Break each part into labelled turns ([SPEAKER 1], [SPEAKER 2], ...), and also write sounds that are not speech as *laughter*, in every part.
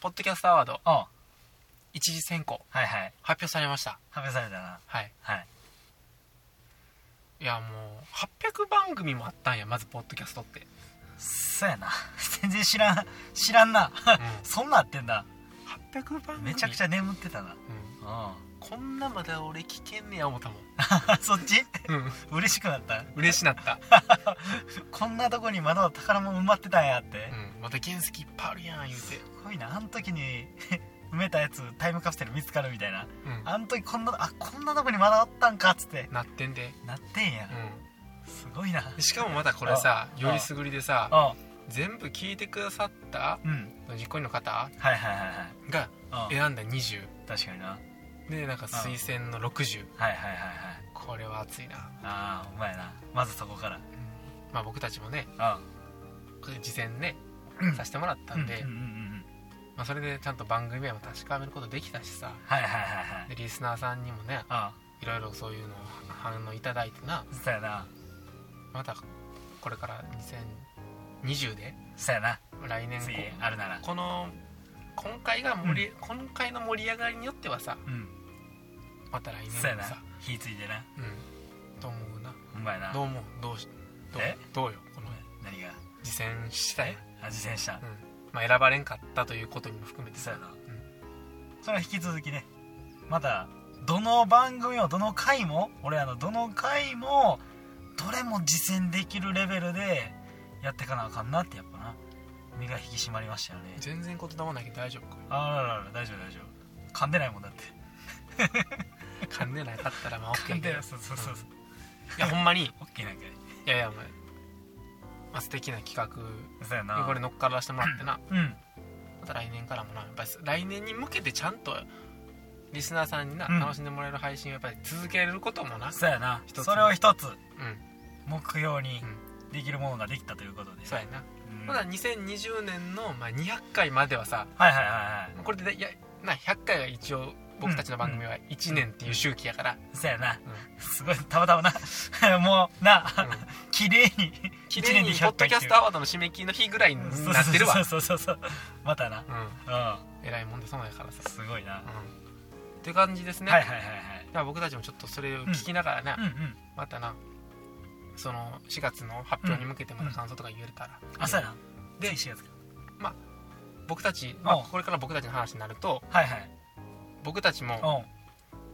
[SPEAKER 1] ポッドキャストアワード
[SPEAKER 2] あ
[SPEAKER 1] 一次選考
[SPEAKER 2] はいはい
[SPEAKER 1] 発表されました
[SPEAKER 2] 発表されたな
[SPEAKER 1] はい
[SPEAKER 2] はい
[SPEAKER 1] いやもう800番組もあったんやまずポッドキャストって、
[SPEAKER 2] そうやな *laughs* 全然知らん知らんな *laughs*
[SPEAKER 1] う
[SPEAKER 2] そんなんあってんだ
[SPEAKER 1] ん、800番組
[SPEAKER 2] めちゃくち
[SPEAKER 1] ゃ、
[SPEAKER 2] ゃ眠ってた
[SPEAKER 1] う
[SPEAKER 2] な
[SPEAKER 1] ん、
[SPEAKER 2] う
[SPEAKER 1] こんなまだ俺聞けんねや思ったもん、
[SPEAKER 2] ん *laughs* そっち *laughs*
[SPEAKER 1] うん、
[SPEAKER 2] 嬉しくなった
[SPEAKER 1] 嬉しなった、
[SPEAKER 2] こんなとこにまだ宝物埋まってたんやって、
[SPEAKER 1] うん、また原石いっぱいあるやん言うて、
[SPEAKER 2] すごいなあの時に *laughs* 埋めたやつタイムカプセル見つかるみたいな
[SPEAKER 1] う
[SPEAKER 2] あの時こんなあこんなとこにまだあったんかっつって
[SPEAKER 1] ん、なってんで、
[SPEAKER 2] なってんや、
[SPEAKER 1] う、
[SPEAKER 2] すごいなん
[SPEAKER 1] しかもまたこれさ
[SPEAKER 2] あ
[SPEAKER 1] よりすぐりでさ
[SPEAKER 2] あ
[SPEAKER 1] 全部聞いてくださった
[SPEAKER 2] うん
[SPEAKER 1] 実行委員の方
[SPEAKER 2] はいはいはい
[SPEAKER 1] が
[SPEAKER 2] はいうん
[SPEAKER 1] 選んだ20
[SPEAKER 2] 確かになはい
[SPEAKER 1] でなんか推薦の60
[SPEAKER 2] はいはいはい
[SPEAKER 1] これは熱いな、
[SPEAKER 2] ああお前なまずそこか
[SPEAKER 1] う
[SPEAKER 2] ら
[SPEAKER 1] んまあ僕たちもね
[SPEAKER 2] あ
[SPEAKER 1] これ事前ね
[SPEAKER 2] うん
[SPEAKER 1] させてもらったんで、
[SPEAKER 2] うんうんうんうん
[SPEAKER 1] まあ、それでちゃんと番組名も確かめることできたしさ
[SPEAKER 2] はいはいはいはい
[SPEAKER 1] でリスナーさんにもね
[SPEAKER 2] あ
[SPEAKER 1] いろいろそういうのを反応いただいてな
[SPEAKER 2] そうやな
[SPEAKER 1] またこれから2020で
[SPEAKER 2] そうやな
[SPEAKER 1] 来年こ
[SPEAKER 2] 次
[SPEAKER 1] う
[SPEAKER 2] あるなら
[SPEAKER 1] この今回が盛り、今回の盛り上がりによってはさ
[SPEAKER 2] うん
[SPEAKER 1] また来年も
[SPEAKER 2] そうやな
[SPEAKER 1] さ
[SPEAKER 2] 火ついてな
[SPEAKER 1] うんと思うな
[SPEAKER 2] お前な
[SPEAKER 1] どう思うどうしどう
[SPEAKER 2] え
[SPEAKER 1] どうよこの
[SPEAKER 2] 何が
[SPEAKER 1] 実践したい、
[SPEAKER 2] あ実践し
[SPEAKER 1] う
[SPEAKER 2] た
[SPEAKER 1] んまあ、選ばれんかったということも含めて
[SPEAKER 2] そう
[SPEAKER 1] さ
[SPEAKER 2] やな
[SPEAKER 1] うん
[SPEAKER 2] それは引き続きねまたどの番組もどの回も俺らのどの回もどれも実践できるレベルでやってかなあかんなってやっぱな身が引き締まりましたよね
[SPEAKER 1] 全然言霊ないけど大丈夫か
[SPEAKER 2] あららら大丈夫大丈夫噛んでないもんだって
[SPEAKER 1] 噛んでなかったらまあ OK
[SPEAKER 2] 噛
[SPEAKER 1] や
[SPEAKER 2] ん
[SPEAKER 1] け
[SPEAKER 2] で
[SPEAKER 1] ど
[SPEAKER 2] ないそうそうそうそう
[SPEAKER 1] いやほんまにい
[SPEAKER 2] OK なんかい
[SPEAKER 1] やいやお前、まあ、素敵な企画
[SPEAKER 2] そうや
[SPEAKER 1] にこ
[SPEAKER 2] な
[SPEAKER 1] れ乗っからしてもらってな
[SPEAKER 2] うん
[SPEAKER 1] また来年からもなやっぱり来年に向けてちゃんとリスナーさんにな、
[SPEAKER 2] うん
[SPEAKER 1] 楽しんでもらえる配信をやっぱり続けることもな
[SPEAKER 2] そうやな
[SPEAKER 1] 一つ
[SPEAKER 2] それを一つ
[SPEAKER 1] うん
[SPEAKER 2] 目標にできるものができたということで
[SPEAKER 1] そうやな、
[SPEAKER 2] うん
[SPEAKER 1] まだ2020年の、まあ、200回まではさ
[SPEAKER 2] はいはいはいは
[SPEAKER 1] これでいやな100回が一応僕たちの番組は1年っていう周期やから、
[SPEAKER 2] いそうやな
[SPEAKER 1] うん
[SPEAKER 2] すごいたまたまな *laughs* もう
[SPEAKER 1] う
[SPEAKER 2] な
[SPEAKER 1] ん
[SPEAKER 2] 綺麗
[SPEAKER 1] *laughs*
[SPEAKER 2] に
[SPEAKER 1] 記念に
[SPEAKER 2] 一
[SPEAKER 1] ポッドキャスト
[SPEAKER 2] ア
[SPEAKER 1] アワードの締め切りの日ぐらいになってるわ
[SPEAKER 2] そうそうそうそうまたな
[SPEAKER 1] う
[SPEAKER 2] うん
[SPEAKER 1] 偉いもんでそうやからさ
[SPEAKER 2] んすごい
[SPEAKER 1] う
[SPEAKER 2] な、
[SPEAKER 1] んっていう感じですね、
[SPEAKER 2] はいはいはいはい
[SPEAKER 1] だから僕たちもちょっとそれを聞きながらね、
[SPEAKER 2] うんうん
[SPEAKER 1] またなその4月の発表に向けてまた感想とか言えたら、
[SPEAKER 2] あそうやな
[SPEAKER 1] で
[SPEAKER 2] で4月か
[SPEAKER 1] 僕たち、まあ
[SPEAKER 2] おう
[SPEAKER 1] これから僕たちの話になると
[SPEAKER 2] はいはい
[SPEAKER 1] 僕たちも
[SPEAKER 2] おう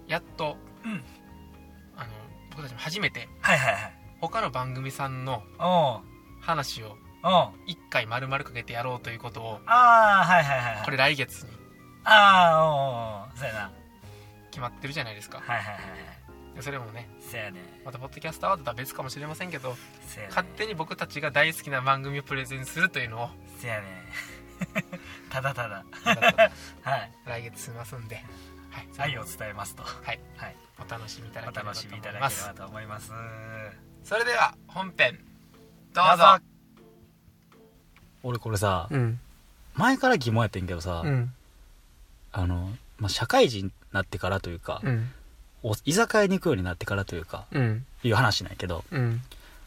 [SPEAKER 1] やっと、
[SPEAKER 2] うん
[SPEAKER 1] あの僕たちも初めて
[SPEAKER 2] はいはいはい
[SPEAKER 1] 他の番組さんの
[SPEAKER 2] おう
[SPEAKER 1] 話を
[SPEAKER 2] おう
[SPEAKER 1] 1回丸々かけてやろうということを
[SPEAKER 2] ああはいはいはいはい
[SPEAKER 1] これ来月に
[SPEAKER 2] ああおうおうそうやな
[SPEAKER 1] 決まってるじゃないですか
[SPEAKER 2] はいはいはいはい
[SPEAKER 1] でそれもね
[SPEAKER 2] そうやね
[SPEAKER 1] またポッドキャストアワードとは別かもしれませんけど
[SPEAKER 2] そうやね
[SPEAKER 1] 勝手に僕たちが大好きな番組をプレゼンするというのを *laughs*
[SPEAKER 2] そうやね *laughs* ただただはい
[SPEAKER 1] 来月しますんで、はい、それ
[SPEAKER 2] 愛
[SPEAKER 1] も
[SPEAKER 2] を伝えますと
[SPEAKER 1] はい
[SPEAKER 2] はい
[SPEAKER 1] お楽しみいただ
[SPEAKER 2] お
[SPEAKER 1] ければ
[SPEAKER 2] 楽
[SPEAKER 1] と
[SPEAKER 2] しみ
[SPEAKER 1] 思
[SPEAKER 2] い
[SPEAKER 1] い
[SPEAKER 2] ただ
[SPEAKER 1] ま
[SPEAKER 2] けれ
[SPEAKER 1] す
[SPEAKER 2] ばと思います
[SPEAKER 1] それでは本編どう
[SPEAKER 2] どう
[SPEAKER 1] ぞ
[SPEAKER 2] ぞ俺これさ
[SPEAKER 1] うん
[SPEAKER 2] 前から疑問やってんけどさ、
[SPEAKER 1] うん
[SPEAKER 2] あの、まあ、社会人になってからというか、
[SPEAKER 1] うん
[SPEAKER 2] お居酒屋に行くようになってからというか
[SPEAKER 1] うん
[SPEAKER 2] いう話なんやけど
[SPEAKER 1] うん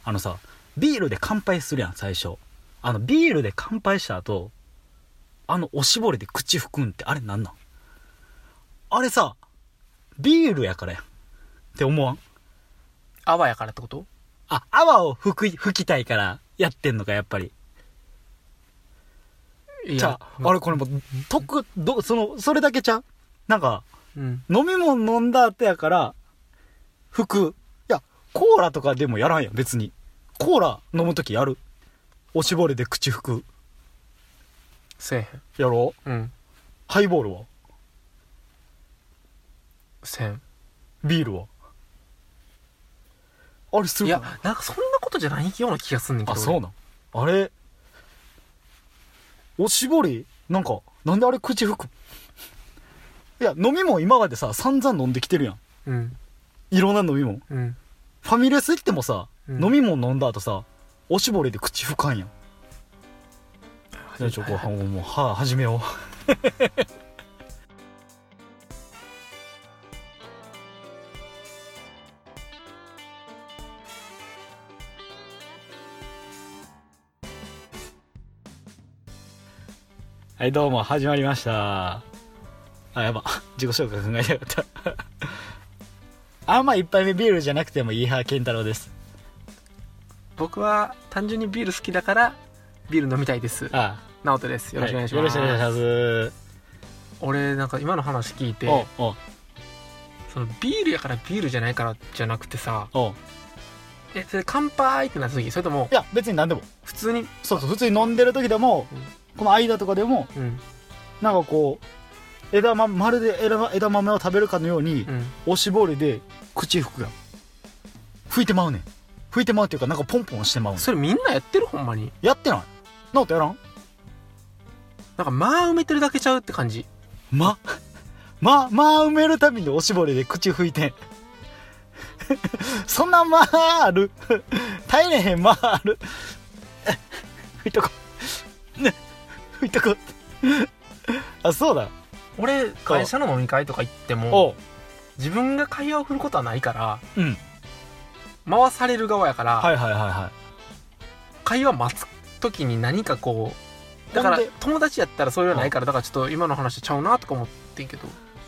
[SPEAKER 2] あのさビールで乾杯するやん最初あのビールで乾杯した後あのおしぼりで口拭くんってあれなんなんあれさビールやからやんって思わん
[SPEAKER 1] 泡やからってこと
[SPEAKER 2] あ泡を拭く拭きたいからやってんのかやっぱり
[SPEAKER 1] い
[SPEAKER 2] じゃああれこれもうとくどそのそれだけちゃうなんか
[SPEAKER 1] うん
[SPEAKER 2] 飲み物飲んだ後やから、服。いや、コーラとかでもやらんやん、別に。コーラ飲むときやる。おしぼりで口拭く。
[SPEAKER 1] せえ
[SPEAKER 2] やろう
[SPEAKER 1] へんうん
[SPEAKER 2] ハイボールは
[SPEAKER 1] せん
[SPEAKER 2] ビールはあれす
[SPEAKER 1] い
[SPEAKER 2] るか
[SPEAKER 1] や
[SPEAKER 2] な
[SPEAKER 1] なんかそんなことじゃないような気がすんねんけ
[SPEAKER 2] あ、
[SPEAKER 1] ど
[SPEAKER 2] そうなん。あれ、おしぼり、なんか、なんであれ口拭くいや、飲み物今までさ、散々飲んできてるやん。
[SPEAKER 1] うん
[SPEAKER 2] いろんな飲み物。
[SPEAKER 1] うん
[SPEAKER 2] ファミレス行ってもさ、
[SPEAKER 1] うん
[SPEAKER 2] 飲み物飲んだ後さおしぼりで口拭かんやんじゃあちょご飯をもうはあ始めよう
[SPEAKER 3] *laughs* はいどうも始まりましたあやば自己紹介考えたかったあんま一杯目ビールじゃなくてもいい派健太郎です
[SPEAKER 1] 僕は単純にビール好きだからビール飲みたいです
[SPEAKER 3] あ
[SPEAKER 1] 直人ですよろしくお願いします、
[SPEAKER 3] はよろしくお願いし
[SPEAKER 1] 俺なんか今の話聞いて
[SPEAKER 3] ますおう
[SPEAKER 1] そのビールやからビールじゃないからじゃなくてさ
[SPEAKER 3] おうおう
[SPEAKER 1] えそれ乾杯ってなった時それとも
[SPEAKER 3] いや別に何でも
[SPEAKER 1] 普通に
[SPEAKER 3] そうそう普通に飲んでる時でもこの間とかでも
[SPEAKER 1] うん
[SPEAKER 3] なんかこう枝ままるで枝ま枝豆を食べるかのように
[SPEAKER 1] うん
[SPEAKER 3] おしぼりで口拭くやん拭いてまうねん拭いてまうっていうかなんかポンポンしてまうねん
[SPEAKER 1] それみんなやってるほんまに
[SPEAKER 3] やってないなおとやらん
[SPEAKER 1] なんかまあ埋めてるだけちゃうって感じ
[SPEAKER 3] まままあ埋めるたびにおしぼりで口拭いてん *laughs* そんなまあある耐えれへんまあある拭いとこね拭いとこあそうだ
[SPEAKER 1] 俺会社の飲み会とか行っても
[SPEAKER 3] おう
[SPEAKER 1] 自分が会話を振ることはないから
[SPEAKER 3] うん
[SPEAKER 1] 回される側やから、
[SPEAKER 3] はいはいはいはい
[SPEAKER 1] 会話待つ時に何かこうだから
[SPEAKER 3] ほんで
[SPEAKER 1] 友達やったらそういうのないからだからちょっと今の話ちゃうなとか思ってんけど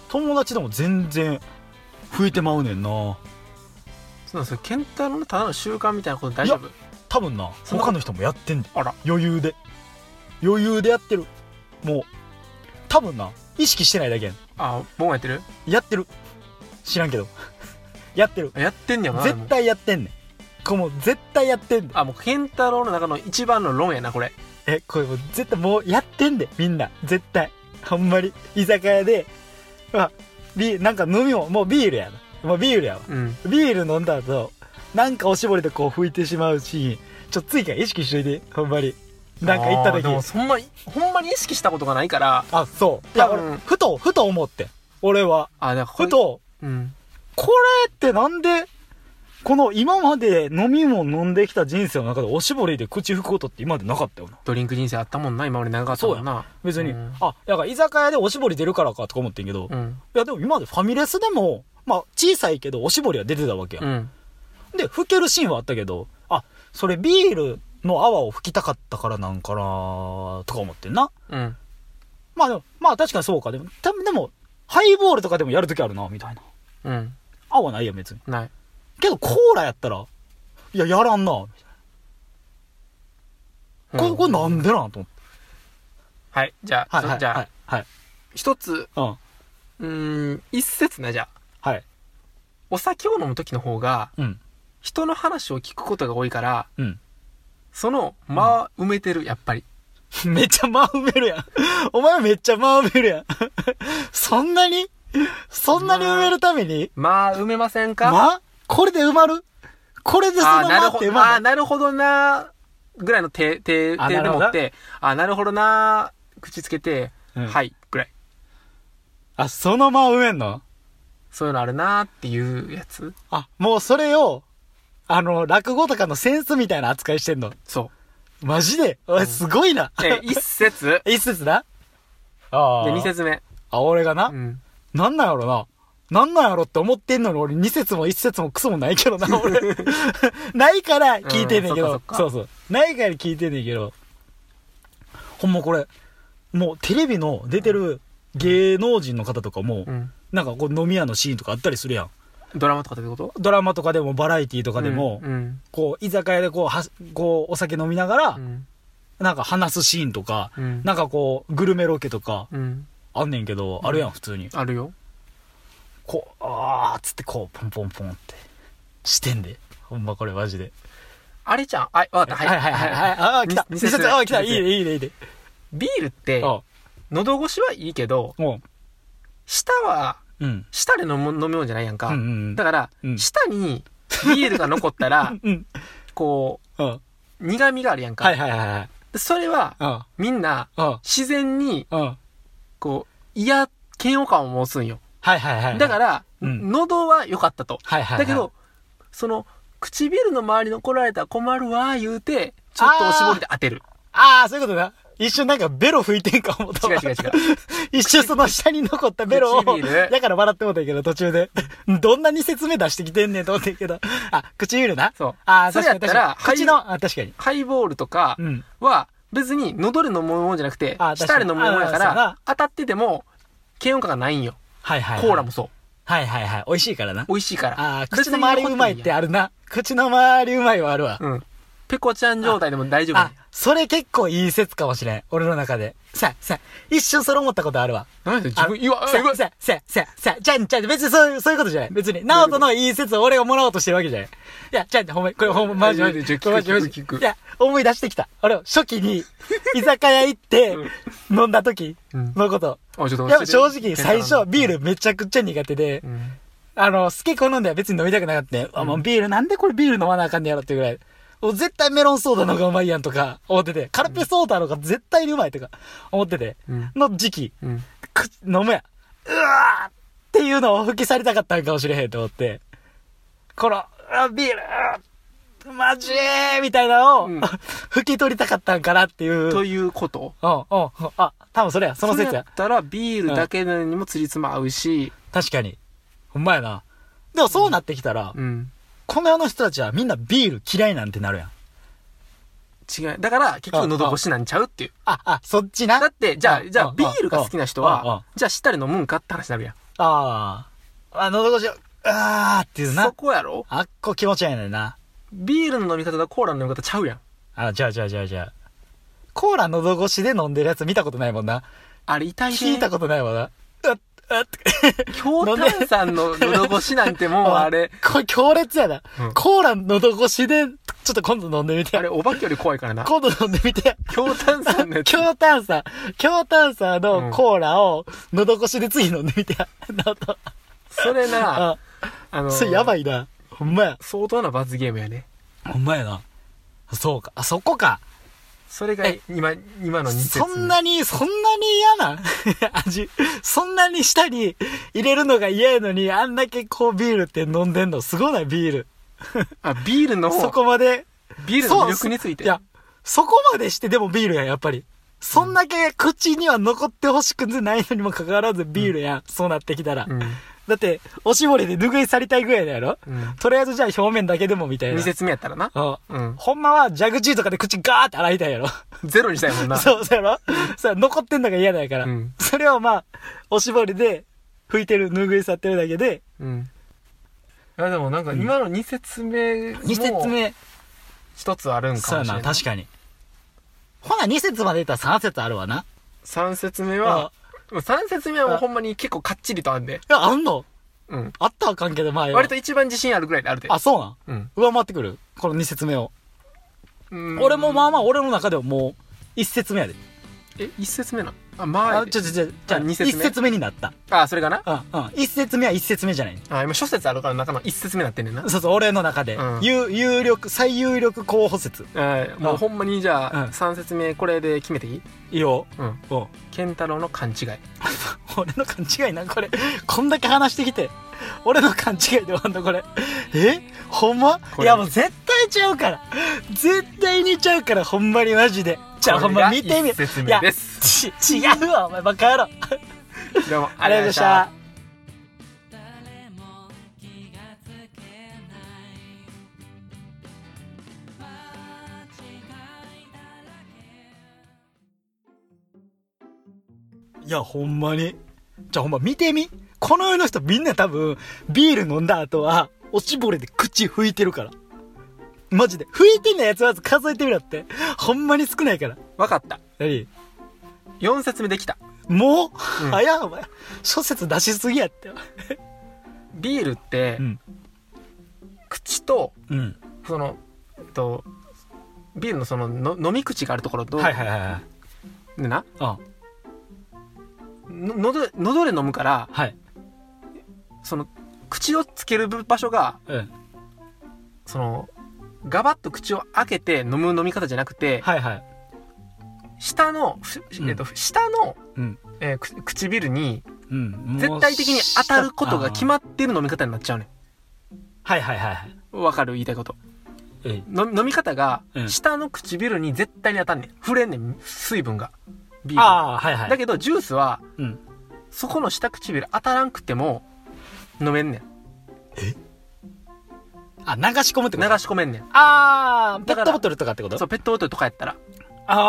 [SPEAKER 3] 友達でも全然拭いてまうねんな
[SPEAKER 1] そうなんですよ健太郎のただの習慣みたいなこと大丈夫
[SPEAKER 3] 多分な
[SPEAKER 1] そんな
[SPEAKER 3] 他の人もやってんねん
[SPEAKER 1] あら
[SPEAKER 3] 余裕で余裕でやってるもう多分な意識してないだけやん
[SPEAKER 1] あ僕もやってる
[SPEAKER 3] やってる知らんけど *laughs* やってる
[SPEAKER 1] あやってんねやなでも
[SPEAKER 3] 絶対やってんねんこれもう絶対やってんで
[SPEAKER 1] あもう健太郎の中の一番の論やなこれ
[SPEAKER 3] えこれもう絶対もうやってんでみんな絶対ほんまに居酒屋でうわビなんか飲みももうビールやなもうビールやわ
[SPEAKER 1] うん
[SPEAKER 3] ビール飲んだ後なんかおしぼりでこう拭いてしまうしちょっと次から意識しといてほんまになんか行った
[SPEAKER 1] あー
[SPEAKER 3] 時
[SPEAKER 1] でもそんまほんまに意識したことがないから
[SPEAKER 3] あそういや
[SPEAKER 1] 多
[SPEAKER 3] 俺
[SPEAKER 1] 分
[SPEAKER 3] ふとふと思って俺は
[SPEAKER 1] あだからこ
[SPEAKER 3] ふ
[SPEAKER 1] れ
[SPEAKER 3] と
[SPEAKER 1] うん
[SPEAKER 3] これってなんでこの今まで飲み物飲んできた人生の中でおしぼりで口拭くことって今までなかったよな
[SPEAKER 1] ドリンク人生あったもんな今俺長かったもんな
[SPEAKER 3] 別に、
[SPEAKER 1] うん
[SPEAKER 3] あだから居酒屋でおしぼり出るからかとか思ってんけど、
[SPEAKER 1] う
[SPEAKER 3] い
[SPEAKER 1] ん
[SPEAKER 3] やでも今までファミレスでもまあ小さいけどおしぼりは出てたわけや、
[SPEAKER 1] うん
[SPEAKER 3] で拭けるシーンはあったけどあそれビールの泡を拭きたかったからなんかなとか思ってんな
[SPEAKER 1] うん
[SPEAKER 3] まあでもまあ確かにそうかでも多分でもハイボールとかでもやるときあるなみたいな
[SPEAKER 1] うん
[SPEAKER 3] 泡ないやん別に
[SPEAKER 1] ない
[SPEAKER 3] けどコーラやったらいややらんなみたいなこれこれなんんでなんと思って
[SPEAKER 1] はいじゃあ、
[SPEAKER 3] はいはい
[SPEAKER 1] じゃあ、
[SPEAKER 3] はいはい
[SPEAKER 1] 一つ
[SPEAKER 3] うん
[SPEAKER 1] うーん一説なじゃあ
[SPEAKER 3] はい
[SPEAKER 1] お酒を飲む時の方が
[SPEAKER 3] うん
[SPEAKER 1] 人の話を聞くことが多いから
[SPEAKER 3] うん
[SPEAKER 1] その間埋めてるやっぱり
[SPEAKER 3] *laughs* めっちゃ間埋めるやん。 *laughs* お前めっちゃ間埋めるやん。 *laughs* そんなにそんなに埋めるために
[SPEAKER 1] 間埋めませんか、
[SPEAKER 3] 間これで埋まるこれでそ
[SPEAKER 1] あー
[SPEAKER 3] の
[SPEAKER 1] な
[SPEAKER 3] 間
[SPEAKER 1] る
[SPEAKER 3] っ
[SPEAKER 1] ほ
[SPEAKER 3] て
[SPEAKER 1] ど
[SPEAKER 3] 埋ま
[SPEAKER 1] あー
[SPEAKER 3] る
[SPEAKER 1] なるほどなーぐらいの手手
[SPEAKER 3] あ
[SPEAKER 1] 手で
[SPEAKER 3] なるほ
[SPEAKER 1] 持
[SPEAKER 3] ど
[SPEAKER 1] ってあーなるほどなー口つけて、
[SPEAKER 3] うん
[SPEAKER 1] はいぐらい
[SPEAKER 3] あ、その間埋めんの
[SPEAKER 1] そういうのあるなーっていうやつ
[SPEAKER 3] あ、もうそれを、あの、落語とかのセンスみたいな扱いしてんの。
[SPEAKER 1] そ
[SPEAKER 3] マジでおい、すごいな。 *laughs*
[SPEAKER 1] うで一説
[SPEAKER 3] 一説なああ。
[SPEAKER 1] で二。説目
[SPEAKER 3] あ、俺がな。
[SPEAKER 1] うん
[SPEAKER 3] なんなんやろな。なんなんやろって思ってんのに俺2節も1節もクソもないけど
[SPEAKER 1] *laughs*
[SPEAKER 3] な、俺。ないから聞いてんねんけ
[SPEAKER 1] うんそ
[SPEAKER 3] ど
[SPEAKER 1] っ。か
[SPEAKER 3] そ
[SPEAKER 1] そっか
[SPEAKER 3] うそう。ないから聞いてんねんけど。ほんまこれ、もうテレビの出てる芸能人の方とかも
[SPEAKER 1] う、ん
[SPEAKER 3] なんかこう飲み屋のシーンとかあったりするやん。
[SPEAKER 1] ドラマとかってこと
[SPEAKER 3] ドラマとかでもバラエティとかでも
[SPEAKER 1] う、ん
[SPEAKER 3] こう居酒屋でこうは、こうお酒飲みながら
[SPEAKER 1] う、ん
[SPEAKER 3] なんか話すシーンとか、
[SPEAKER 1] うん
[SPEAKER 3] なんかこうグルメロケとか
[SPEAKER 1] うん
[SPEAKER 3] あんねんけど、あるやん、普通に。
[SPEAKER 1] あるよ
[SPEAKER 3] こうあーっつってこうポンポンポンってしてんでほんまこれマジで
[SPEAKER 1] あれじゃんあわかった
[SPEAKER 3] はいはいはいはいああ来た
[SPEAKER 1] 二
[SPEAKER 3] 二
[SPEAKER 1] 節
[SPEAKER 3] 節ああ来たい
[SPEAKER 1] 二
[SPEAKER 3] い
[SPEAKER 1] 節
[SPEAKER 3] ねいいねいいね
[SPEAKER 1] ビールって
[SPEAKER 3] あ
[SPEAKER 1] 喉越しはいいけど
[SPEAKER 3] も
[SPEAKER 1] 舌は
[SPEAKER 3] ううん
[SPEAKER 1] 舌で飲む飲むようじゃないやんか、
[SPEAKER 3] うんうん
[SPEAKER 1] だから、
[SPEAKER 3] うん
[SPEAKER 1] 舌にビールが残った
[SPEAKER 3] *laughs*
[SPEAKER 1] ら
[SPEAKER 3] うん
[SPEAKER 1] こ
[SPEAKER 3] うんは
[SPEAKER 1] う苦味があるやんか、
[SPEAKER 3] いはいはいはい
[SPEAKER 1] でそれは
[SPEAKER 3] あ
[SPEAKER 1] みんな
[SPEAKER 3] あ
[SPEAKER 1] 自然に
[SPEAKER 3] ああ
[SPEAKER 1] こう嫌嫌悪感を持つんよ
[SPEAKER 3] はいはいはい
[SPEAKER 1] だからら、
[SPEAKER 3] うん
[SPEAKER 1] 喉は良かったと、
[SPEAKER 3] はいはいは
[SPEAKER 1] だ
[SPEAKER 3] い
[SPEAKER 1] けどその唇の周りに怒られたら困るわ言うてちょっとおしぼりで当てる
[SPEAKER 3] ああそういうことな一瞬なんかベロ吹いてんか思った
[SPEAKER 1] 違う
[SPEAKER 3] わ
[SPEAKER 1] 違う違う
[SPEAKER 3] 一瞬その下に残ったベロを
[SPEAKER 1] 唇
[SPEAKER 3] だから笑ってもうたんやけど途中でどんなに説明出してきてんねんと思ってんけどあ唇な
[SPEAKER 1] そう
[SPEAKER 3] ああ
[SPEAKER 1] それやったら
[SPEAKER 3] 確かに確かに口のあ確かに
[SPEAKER 1] ハイボールとか
[SPEAKER 3] うん
[SPEAKER 1] は別に喉で飲むもんじゃなくて
[SPEAKER 3] あ、確か
[SPEAKER 1] 舌で
[SPEAKER 3] に
[SPEAKER 1] 飲むもんやか
[SPEAKER 3] あそうやな
[SPEAKER 1] ら、当たってても、軽音感がないんよ。
[SPEAKER 3] はいはい、はい、
[SPEAKER 1] コーラもそう。
[SPEAKER 3] はいはいはい美味しいからな
[SPEAKER 1] 美味しいから。
[SPEAKER 3] ああ口の周りうまいってあるな口の周りうまいはあるわ、
[SPEAKER 1] うん。ペコちゃん状態でも大丈夫
[SPEAKER 3] あ
[SPEAKER 1] ね。
[SPEAKER 3] それ結構いい説かもしれん俺の中でさあさあ一瞬それ思ったことあるわ
[SPEAKER 1] 何で
[SPEAKER 3] あ
[SPEAKER 1] 自分、言わ、
[SPEAKER 3] さ
[SPEAKER 1] 言わ
[SPEAKER 3] あ、さあ、さあ、さあ、さあ、ちゃんちゃん、別にそういう、そういうことじゃない。別に、ナオトのいい説を俺がもらおうとしてるわけじゃない。いや、ちゃんちゃん、ほんまに、これほんま、マジ
[SPEAKER 1] いや
[SPEAKER 3] マ
[SPEAKER 1] いや
[SPEAKER 3] ジ
[SPEAKER 1] いや聞く
[SPEAKER 3] マジマジ
[SPEAKER 1] 聞く聞く
[SPEAKER 3] いや、思い出してきた。俺、初期 *laughs* に、居酒屋行って、飲んだ時
[SPEAKER 1] うん
[SPEAKER 3] のこと。
[SPEAKER 1] あちょっと
[SPEAKER 3] やっぱ正直、最初、ビー
[SPEAKER 1] ル。
[SPEAKER 3] ルめちゃくちゃ苦手で
[SPEAKER 1] う、ん。
[SPEAKER 3] あの、好き好んでは別に飲みたくなかったね。あ、もうビール、なんでこれビール飲まなあかんねやろっていうぐらい。もう絶対メロンソーダの方がうまいやんとか、思ってて、カルピスソーダの方が絶対にうまいとか、思ってて、
[SPEAKER 1] うん
[SPEAKER 3] の時期。
[SPEAKER 1] うん。
[SPEAKER 3] く飲めやうわーっていうのを吹き去りたかったんかもしれへんと思ってこのあビールうわマジーみたいなのを、
[SPEAKER 1] うん
[SPEAKER 3] *laughs* 吹き取りたかったんかなっていううんうん
[SPEAKER 1] と
[SPEAKER 3] うん
[SPEAKER 1] いうこと
[SPEAKER 3] あ多分それやその
[SPEAKER 1] そ
[SPEAKER 3] 説
[SPEAKER 1] れや
[SPEAKER 3] や
[SPEAKER 1] ったら、ビールだけなのにも釣りつま合うし、
[SPEAKER 3] 確かにほんまやなでもそうなってきたら、
[SPEAKER 1] うん。
[SPEAKER 3] この世の人たちはみんなビール嫌いなんてなるやん
[SPEAKER 1] 違う。だから、結局、喉越しなんちゃうっていう。
[SPEAKER 3] ああそっちな
[SPEAKER 1] だって、じゃあ、
[SPEAKER 3] あ
[SPEAKER 1] じゃ
[SPEAKER 3] あ
[SPEAKER 1] あ、ビールが好きな人
[SPEAKER 3] あ
[SPEAKER 1] は
[SPEAKER 3] あ、
[SPEAKER 1] じゃあ、舌で飲むんかって話になるやん。
[SPEAKER 3] あーあ喉越しあーっていう
[SPEAKER 1] そ
[SPEAKER 3] な
[SPEAKER 1] こやろ
[SPEAKER 3] あっこ気持ちやねんな
[SPEAKER 1] ビールの飲み方とコーラの飲み方ちゃうやん。
[SPEAKER 3] あ、じゃあじゃあじゃあじゃあ。コーラ喉越しで飲んでるやつ見たことないもんな。
[SPEAKER 1] あれ痛いね。
[SPEAKER 3] 聞いたことないもんな。あ、あ、
[SPEAKER 1] 強炭酸の喉越しなんてもうあれ、
[SPEAKER 3] これ強烈やな。
[SPEAKER 1] うん
[SPEAKER 3] コーラ喉越しで、ちょっと今度飲んでみて
[SPEAKER 1] あ。れお化けより怖いからな。
[SPEAKER 3] 今度飲んでみて。
[SPEAKER 1] 強炭酸のやつ。
[SPEAKER 3] 強炭酸、強炭酸
[SPEAKER 1] う
[SPEAKER 3] の
[SPEAKER 1] ん
[SPEAKER 3] コーラを喉越しで次飲んでみて。 *laughs* なと。
[SPEAKER 1] それな、
[SPEAKER 3] あ、
[SPEAKER 1] あのー、
[SPEAKER 3] それやば
[SPEAKER 1] い。
[SPEAKER 3] いな。ほんまや。
[SPEAKER 1] 相当な罰ゲームやね。
[SPEAKER 3] ほんまやな。そうか。あ、そこか。
[SPEAKER 1] それが
[SPEAKER 3] え
[SPEAKER 1] 今、今の2節。
[SPEAKER 3] そんなに、そんなに嫌な *laughs* 味。そんなに舌に入れるのが嫌やのに、あんだけこうビールって飲んでんの。すごない、ビール。
[SPEAKER 1] あ、ビールの、
[SPEAKER 3] そこまで。
[SPEAKER 1] ビールの魅力について。
[SPEAKER 3] そういや、そこまでしてでもビールやん、やっぱり。そんだけ口には残ってほしくないのにもかかわらずビールやん、そうなってきたら。
[SPEAKER 1] うん。
[SPEAKER 3] だって、おしぼりで拭い去りたいぐらいだやろ、
[SPEAKER 1] うん
[SPEAKER 3] とりあえずじゃあ表面だけでもみたいな
[SPEAKER 1] 2。節目やったらな。
[SPEAKER 3] うん
[SPEAKER 1] うん。
[SPEAKER 3] ほんまは蛇口とかで口ガーって洗いたいやろ
[SPEAKER 1] ゼロにしたいもんな。
[SPEAKER 3] そう、そうやろそう、残ってんのが嫌だから。
[SPEAKER 1] うん
[SPEAKER 3] それをまあ、おしぼりで、拭いてる、拭い去ってるだけで。
[SPEAKER 1] うん。いやでもなんか今の2節目も
[SPEAKER 3] 二節目。
[SPEAKER 1] 一つあるん
[SPEAKER 3] そう
[SPEAKER 1] か
[SPEAKER 3] や
[SPEAKER 1] もしれな
[SPEAKER 3] な、
[SPEAKER 1] い。
[SPEAKER 3] 確かに。ほな、二節までいったら三節あるわな。
[SPEAKER 1] 3節目
[SPEAKER 3] あ
[SPEAKER 1] は、3節目はもうほんまに結構かっちりとあんで。
[SPEAKER 3] いや、あんの
[SPEAKER 1] うん。
[SPEAKER 3] あったらあかんけど、まあ、
[SPEAKER 1] 割と一番自信あるぐらいであるで。
[SPEAKER 3] あ、そうなん
[SPEAKER 1] うん。
[SPEAKER 3] 上回ってくるこの二節目を。
[SPEAKER 1] うん
[SPEAKER 3] 俺もまあまあ、俺の中でももう、一節目やで。
[SPEAKER 1] え、一節目なのあ、まあ、
[SPEAKER 3] あ、ちょちょちょ、じゃあ、
[SPEAKER 1] 二
[SPEAKER 3] 一
[SPEAKER 1] 節目
[SPEAKER 3] 節目になった。
[SPEAKER 1] あ、それかな
[SPEAKER 3] うん、うん。一節目は一節目じゃない。
[SPEAKER 1] あ、今諸説あるから中の一節目なってんねんな。
[SPEAKER 3] そうそう、俺の中で。
[SPEAKER 1] うん
[SPEAKER 3] 有、有力、最有力候補説。
[SPEAKER 1] はいもうほんまにじゃ
[SPEAKER 3] う
[SPEAKER 1] あ、
[SPEAKER 3] ん
[SPEAKER 1] 三節目これで決めていい
[SPEAKER 3] いいよ。
[SPEAKER 1] うん。
[SPEAKER 3] うん。
[SPEAKER 1] ケンタロウの勘違い。
[SPEAKER 3] *laughs* 俺の勘違いなこれこんだけ話してきて俺の勘違いで終わんのこれえほんま
[SPEAKER 1] こ
[SPEAKER 3] い
[SPEAKER 1] れ
[SPEAKER 3] やもう絶対ちゃうから絶対にちゃうからほんまにマジでじゃあほんま見てみ
[SPEAKER 1] これが一節
[SPEAKER 3] い
[SPEAKER 1] 目
[SPEAKER 3] や
[SPEAKER 1] です。
[SPEAKER 3] ち違うわお前バカ野郎
[SPEAKER 1] どうも
[SPEAKER 3] ありがとうございました
[SPEAKER 4] 誰も気がつけない間違いだらけ
[SPEAKER 3] いやほんまにじゃあほんま見てみこの世の人みんな多分ビール飲んだ後はおしぼりで口拭いてるからマジで拭いてんのやつは数えてみろってほんまに少ないから
[SPEAKER 1] わかった。
[SPEAKER 3] 何
[SPEAKER 1] 四節目できた。
[SPEAKER 3] もう、
[SPEAKER 1] うん
[SPEAKER 3] 早いお前諸説出しすぎやって
[SPEAKER 1] ビールって
[SPEAKER 3] うん、
[SPEAKER 1] 口と、
[SPEAKER 3] うん
[SPEAKER 1] その、えっと、ビールのそのの飲み口があるところと、
[SPEAKER 3] はいはいはいはい
[SPEAKER 1] でな、
[SPEAKER 3] あ
[SPEAKER 1] の喉で喉で飲むから、
[SPEAKER 3] はい
[SPEAKER 1] その、口をつける場所が、
[SPEAKER 3] うん
[SPEAKER 1] その、ガバッと口を開けて飲む飲み方じゃなくて、
[SPEAKER 3] はいはい
[SPEAKER 1] 下の、ふ
[SPEAKER 3] うん
[SPEAKER 1] えっと、下の、
[SPEAKER 3] うん
[SPEAKER 1] えーく唇に
[SPEAKER 3] うんもう
[SPEAKER 1] 絶対的に当たることが決まってる飲み方になっちゃうね
[SPEAKER 3] あーはいはいはいはい
[SPEAKER 1] んわかる言いたいこと
[SPEAKER 3] え
[SPEAKER 1] の飲み方が
[SPEAKER 3] うん
[SPEAKER 1] 下の唇に絶対に当たんねん触れんねん水分がビールは
[SPEAKER 3] ああはいはい
[SPEAKER 1] だけどジュースは
[SPEAKER 3] うん
[SPEAKER 1] そこの下唇当たらんくても飲めんねん
[SPEAKER 3] あ流し込むって
[SPEAKER 1] 流
[SPEAKER 3] こ
[SPEAKER 1] し
[SPEAKER 3] と
[SPEAKER 1] 込めんねん
[SPEAKER 3] ああ
[SPEAKER 1] だ
[SPEAKER 3] ペ
[SPEAKER 1] から
[SPEAKER 3] ットボトルとかってこと
[SPEAKER 1] そうペットボトルとかやったら
[SPEAKER 3] あーあ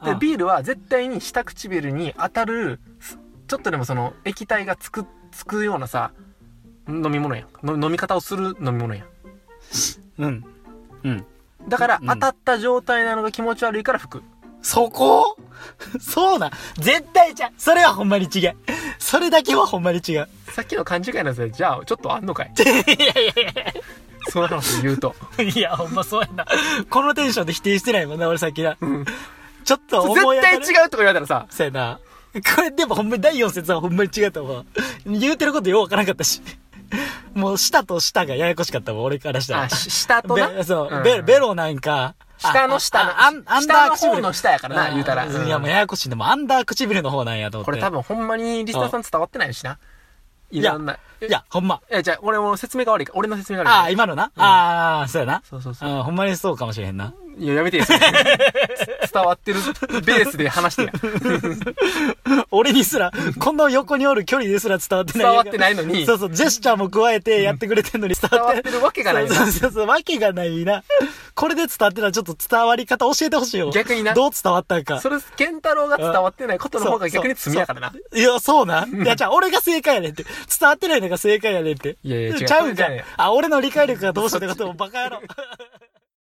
[SPEAKER 3] ーあーあ
[SPEAKER 1] で
[SPEAKER 3] ー
[SPEAKER 1] ビールは絶対に下唇に当たるすちょっとでもその液体がつくつくようなさ飲み物やんの飲み方をする飲み物やん
[SPEAKER 3] うんうん
[SPEAKER 1] だから
[SPEAKER 3] うん
[SPEAKER 1] 当たった状態なのが気持ち悪いから吹く、
[SPEAKER 3] そこ *laughs* そうなん絶対じゃうそれはほんまに違うそれだけはほんまに違
[SPEAKER 1] *laughs*
[SPEAKER 3] う
[SPEAKER 1] さっきの勘違いなんですよじゃあちょっとあんのかい
[SPEAKER 3] *laughs* いやいやいや
[SPEAKER 1] その話言うと
[SPEAKER 3] いや、ほんまそうやな。このテンションで否定してないもんな、俺さっきな。
[SPEAKER 1] ん
[SPEAKER 3] ちょっと *laughs* 思い
[SPEAKER 1] 絶
[SPEAKER 3] 当た
[SPEAKER 1] 対
[SPEAKER 3] る。
[SPEAKER 1] 違うとか言われたらさ
[SPEAKER 3] そうやな。 *laughs* これでもほんまに第4節はほんまに違ったわ。言うてることようわからなかったし。 *laughs* もう舌と舌がややこしかったわ、俺からしたら
[SPEAKER 1] あ。し下とな
[SPEAKER 3] べそう、
[SPEAKER 1] ん
[SPEAKER 3] ベベロなんか。
[SPEAKER 1] 下の下の
[SPEAKER 3] あああんアンダー唇
[SPEAKER 1] 下の方の下やからな
[SPEAKER 3] あ
[SPEAKER 1] 言うたら
[SPEAKER 3] いや、もうややこしい。でもアンダー唇の方なんやと思って。
[SPEAKER 1] これ多分ほんまにリスナーさん伝わってないしない
[SPEAKER 3] いや
[SPEAKER 1] ろんない
[SPEAKER 3] や、ほんま。
[SPEAKER 1] えじゃあ俺も説明が悪いから俺の説明が悪いから
[SPEAKER 3] ああ、今のな。ああ、そうやな。
[SPEAKER 1] そうそうそう
[SPEAKER 3] うん、ほんまにそうかもしれへんな。 *laughs*
[SPEAKER 1] いや、やめてよ。そ *laughs* れ伝わってるベースで話してや。
[SPEAKER 3] 俺にすら、この横におる距離ですら伝わってない。
[SPEAKER 1] 伝わってないのに
[SPEAKER 3] *laughs* そうそう、ジェスチャーも加えてやってくれてんのに伝
[SPEAKER 1] 伝
[SPEAKER 3] わ
[SPEAKER 1] わ
[SPEAKER 3] っ
[SPEAKER 1] っててるわけがないな
[SPEAKER 3] そうそうそうそう、わけがないな。これで伝わってないちょっと伝わり方教えてほしいよ。
[SPEAKER 1] 逆にな
[SPEAKER 3] どう伝わったんか。
[SPEAKER 1] それ、ケンタロウが伝わってないことの方が逆に罪やからな
[SPEAKER 3] そ。う。いや、そうなん。いや、じゃあ俺が正解やねんって。伝わってないのが正解やねんって。
[SPEAKER 1] いやいや違う
[SPEAKER 3] ちゃうん
[SPEAKER 1] それじ
[SPEAKER 3] か
[SPEAKER 1] ゃねえ。
[SPEAKER 3] あ、俺の理解力がどうしたってこともバカ野郎。